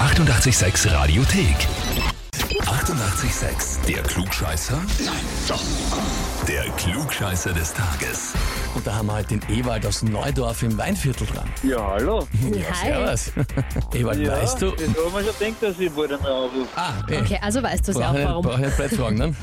886 Radiothek. 88,6. Der Klugscheißer? Nein, doch. Der Klugscheißer des Tages. Und da haben wir halt den Ewald aus Neudorf im Weinviertel dran. Ja, hallo. Ja, servus. Ewald, Ja, weißt du... Das haben wir schon gedacht, dass ich wohl dann anrufe. Ah, hey, Okay, also weißt du es auch, brauche ich nicht- warum. brauche ich nicht blöd fragen, ne?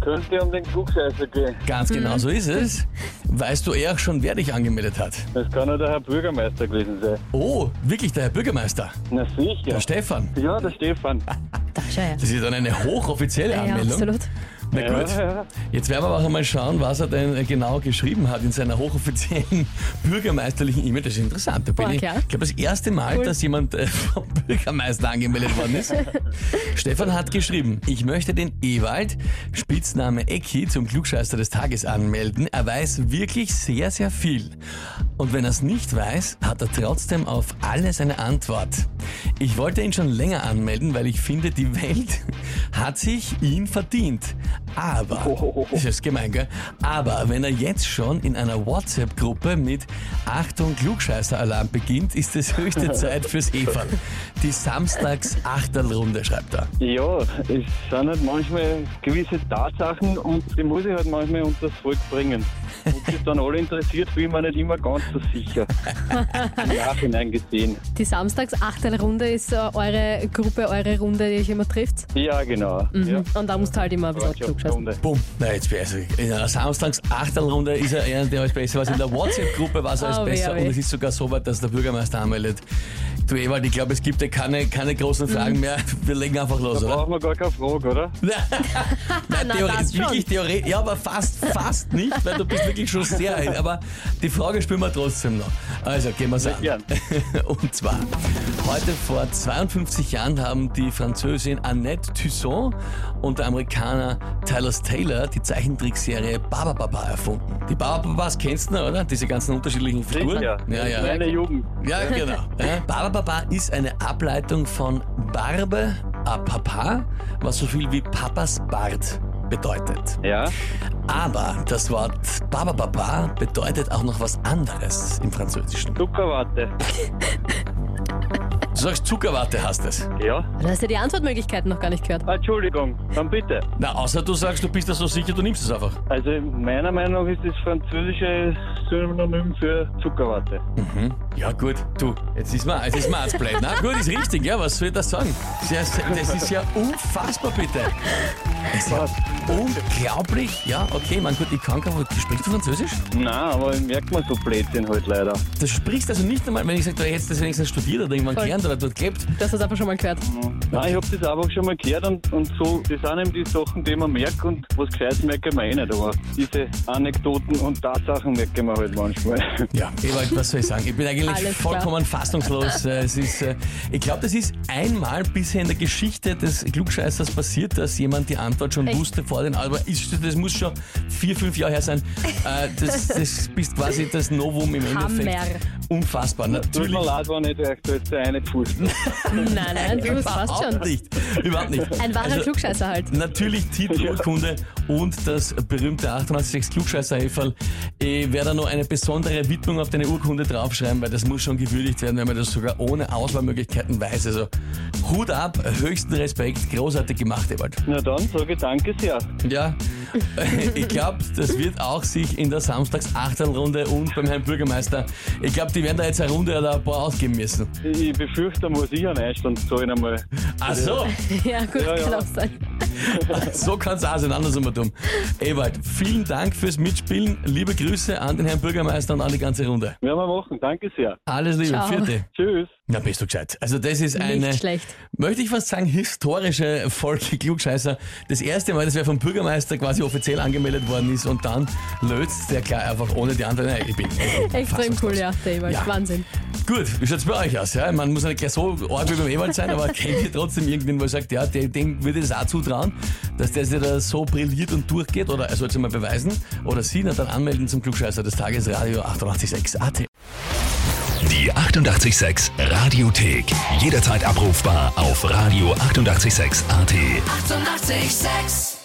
Könnte um den Klugscheißer gehen. Ganz Mhm. genau so ist es. Weißt du eh auch schon, wer dich angemeldet hat? Das kann ja der Herr Bürgermeister gewesen sein. Oh, wirklich, der Herr Bürgermeister, Na sicher. der Stefan. ja, der Stefan. Da, schau her. Das ist dann eine hochoffizielle Ja, ja, Anmeldung. absolut. Na Ja, gut, ja. jetzt werden wir aber auch mal schauen, was er denn genau geschrieben hat in seiner hochoffiziellen bürgermeisterlichen E-Mail. Das ist interessant. Da bin Boah, ich, ich klar. glaube, das erste Mal, dass jemand äh, vom Bürgermeister angemeldet worden ist. Stefan hat geschrieben, ich möchte den Ewald, Spitzname Ecki, zum Klugscheißer des Tages anmelden. Er weiß wirklich sehr, sehr viel. Und wenn er es nicht weiß, hat er trotzdem auf alles eine Antwort. Ich wollte ihn schon länger anmelden, weil ich finde, die Welt hat sich ihn verdient. Aber, das ist gemein, gell? Aber wenn er jetzt schon in einer WhatsApp-Gruppe mit Achtung Klugscheißer-Alarm beginnt, ist es höchste Zeit fürs Eferl. Die Samstags-Achterlrunde, schreibt er. ja, es sind halt manchmal gewisse Tatsachen und die muss ich halt manchmal unter das Volk bringen. Und das dann alle interessiert, bin ich mir nicht immer ganz so sicher. Im Nachhinein gesehen. Die Samstags-Achtelrunde ist äh, eure Gruppe, eure Runde, die euch immer trifft. Ja, genau. Mhm. Ja. Und da musst du halt immer ein bisschen klug schauen. Workshop-Runde. Bumm, na jetzt wäre es. In einer Samstags-Achtelrunde ist er eher der als besser, was in der WhatsApp-Gruppe war es als Oh, weh, besser oh, weh. und es ist sogar so weit, dass der Bürgermeister anmeldet. Du Ewald, ich glaube, es gibt ja keine, keine großen Mhm. Fragen mehr. Wir legen einfach los, Da oder? brauchen wir gar keine Frage, oder? Nein, Na, Theore- das schon. wirklich theoretisch. Ja, aber fast, fast nicht, weil du bist wirklich schon sehr ein. Aber die Frage spielen wir trotzdem noch. Also, gehen wir's an. gern. Und zwar, heute vor 52 Jahren haben die Französin Annette Tusson und der Amerikaner Tyler Taylor die Zeichentrickserie Baba Baba erfunden. Die Baba Babas kennst du, noch, oder? Diese ganzen unterschiedlichen Figuren. Sicher. Ja, ja. Meine Jugend. Ja, genau. Ja. Barbaba ist eine Ableitung von Barbe a Papa, was so viel wie Papas Bart bedeutet. Ja. Aber das Wort Barbaba bedeutet auch noch was anderes im Französischen. Zuckerwatte. Du sagst Zuckerwatte hast es. Ja. Du hast ja die Antwortmöglichkeiten noch gar nicht gehört. Ah, Entschuldigung, dann bitte. Na, außer du sagst, du bist da so sicher, du nimmst es einfach. Also meiner Meinung nach ist das französische Synonym für Zuckerwatte. Ja gut, du, jetzt ist mal, jetzt ist mal als blöd. Na gut, ist richtig, ja, was soll ich da sagen? Das, das ist ja unfassbar, bitte. Es ist ja unglaublich. Ja, okay, mein Gott, ich kann gar nicht. Sprichst du Französisch? Nein, aber merkt man so Blödsinn halt leider. Du sprichst also nicht einmal, wenn ich sage, du hättest das wenigstens studiert oder irgendwann Voll. gelernt oder dort gelebt. Das hast du einfach schon mal gehört. Nein, ich habe das einfach schon mal gehört und, und so, das sind eben die Sachen, die man merkt und was Gescheites merkt man eh nicht, aber diese Anekdoten und Tatsachen merkt man halt manchmal. Ja, Ewald, was soll ich sagen? Ich bin eigentlich Alles klar. vollkommen fassungslos. Äh, Es ist, äh, ich glaube, das ist einmal bisher in der Geschichte des Klugscheißers passiert, dass jemand die Antwort schon Echt? wusste vor den Alba. Ist, das muss schon vier, fünf Jahre her sein. Äh, Das, das bist quasi das Novum im Endeffekt. Hammer. Unfassbar. Tut Natürlich. mir leid, wenn ich euch da jetzt eine Pfusten. Nein, nein, du passt Überhaupt schon. nicht. Überhaupt nicht. Ein wahrer Also, Klugscheißer halt. Natürlich Titelurkunde und das berühmte 886 klugscheißer -Häferl. Ich werde da noch eine besondere Widmung auf deine Urkunde draufschreiben, weil das muss schon gewürdigt werden, wenn man das sogar ohne Auswahlmöglichkeiten weiß. Also Hut ab, höchsten Respekt, großartig gemacht, Ewald. Na dann, sage ich danke sehr. Ja, ich glaube, das wird auch sich in der samstags runde und beim Herrn Bürgermeister, ich glaube, die werden da jetzt eine Runde oder ein paar ausgeben müssen. Ich befürchte, da muss ich einen Einstand zahlen einmal. Ach so. Ja, gut, genau. Ja, ja. kann auch sein. So kann's auch sein, anders immer dumm. Ewald, vielen Dank fürs Mitspielen. Liebe Grüße an den Herrn Bürgermeister und an die ganze Runde. Werden wir machen, danke sehr. Alles Liebe, Ciao. vierte. Tschüss. Na, bist du gescheit. Also das ist eine, Nicht schlecht. möchte ich fast sagen, historische Folge Klugscheißer. Das erste Mal, dass wer vom Bürgermeister quasi offiziell angemeldet worden ist und dann löst der klar einfach ohne die anderen. Nein, ich bin Extrem cool, fassungslos. ja, der Ewald. Ja. Wahnsinn. Gut, wie schaut's bei euch aus? Ja? Man muss nicht gleich so arg wie beim Ewald sein, aber kennt ihr trotzdem irgendwen, wo ihr sagt, ja, dem, dem würde ich das auch zutrauen, dass der sich da so brilliert und durchgeht oder er soll es mal beweisen oder sie, na dann anmelden zum Klugscheißer des Tages Radio 886 AT. Die 88,6 Radiothek. Jederzeit abrufbar auf radio886.at. 88,6. Eighty-eight, sex.